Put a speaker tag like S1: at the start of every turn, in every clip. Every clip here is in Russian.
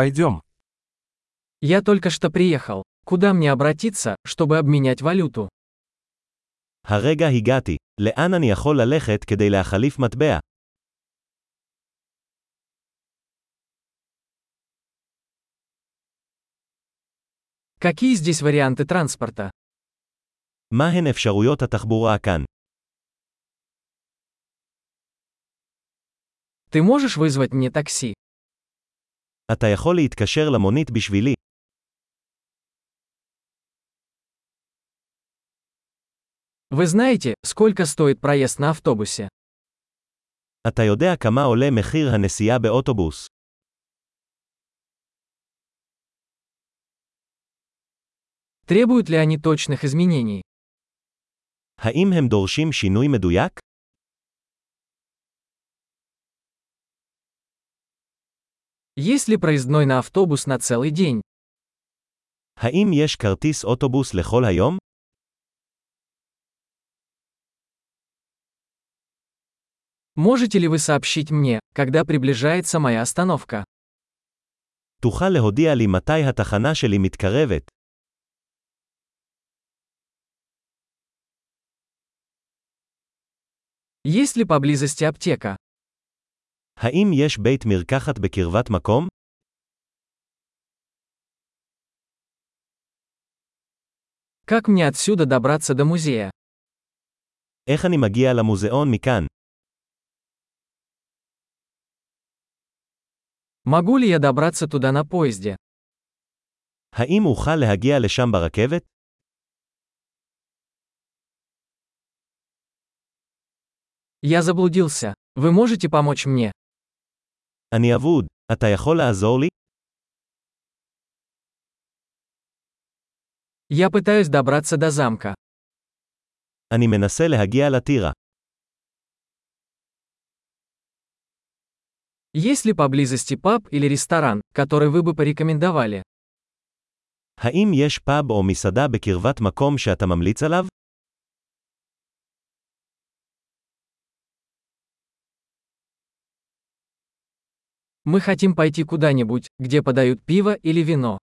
S1: Пойдем.
S2: Я только что приехал. Куда мне обратиться, чтобы обменять валюту?
S3: הרגע הגעתי. לאן אני יכול ללכת כדי להחליף מטבע?
S2: Какие здесь варианты транспорта?
S3: מהן אפשרויות התחבורה כאן?
S2: Ты можешь вызвать мне такси?
S3: אתה יכול להתקשר למונית בשבילי.
S2: Вы знаете, сколько стоит проезд на автобусе?
S3: אתה יודע כמה עולה מחיר הנסיעה באוטובוס.
S2: Требуют ли они точных изменений?
S3: האם הם דורשים שינוי מדויק?
S2: Есть ли проездной на автобус на целый день?
S3: האם יש כרטיס אוטובוס לכל היום?
S2: Можете ли вы сообщить мне, когда приближается моя остановка?
S3: תוכל להודיע לי מתי התחנה שלי מתקרבת.
S2: Есть ли поблизости аптека?
S3: האם יש בית מרקחת בקרבת מקום?
S2: Как мне отсюда добраться до музея?
S3: איך אני מגיע למוזיאון מכאן?
S2: Могу ли я добраться туда на поезде?
S3: האם אוכל להגיע לשם ברכבת?
S2: Я заблудился. Вы можете помочь мне?
S3: אני אבוד. אתה יכול לעזור לי?
S2: Я пытаюсь добраться до замка.
S3: אני מנסה להגיע לטירה.
S2: Есть ли поблизости паб или ресторан, который вы бы порекомендовали?
S3: האם יש פאב או מסעדה בקרבת מקום שאתה ממליץ עליו?
S2: Мы хотим пойти куда-нибудь, где подают пиво или вино.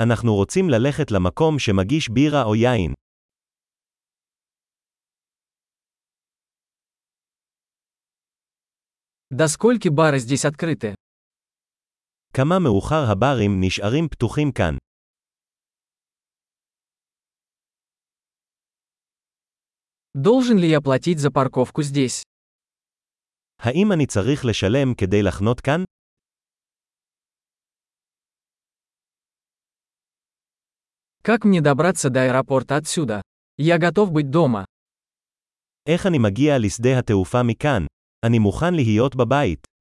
S3: אנחנו רוצים ללכת למקום שמגיש בירה או יין.
S2: До скольки бары здесь открыты?
S3: כמה מאוחר הברים נשארים פתוחים כאן.
S2: Должен ли я платить за парковку здесь?
S3: האם אני צריך לשלם כדי לחנות כאן?
S2: Как мне добраться до аэропорта отсюда? Я готов быть дома.
S3: איך אני מגיע לשדה התעופה מכאן? אני מוכן להיות בבית.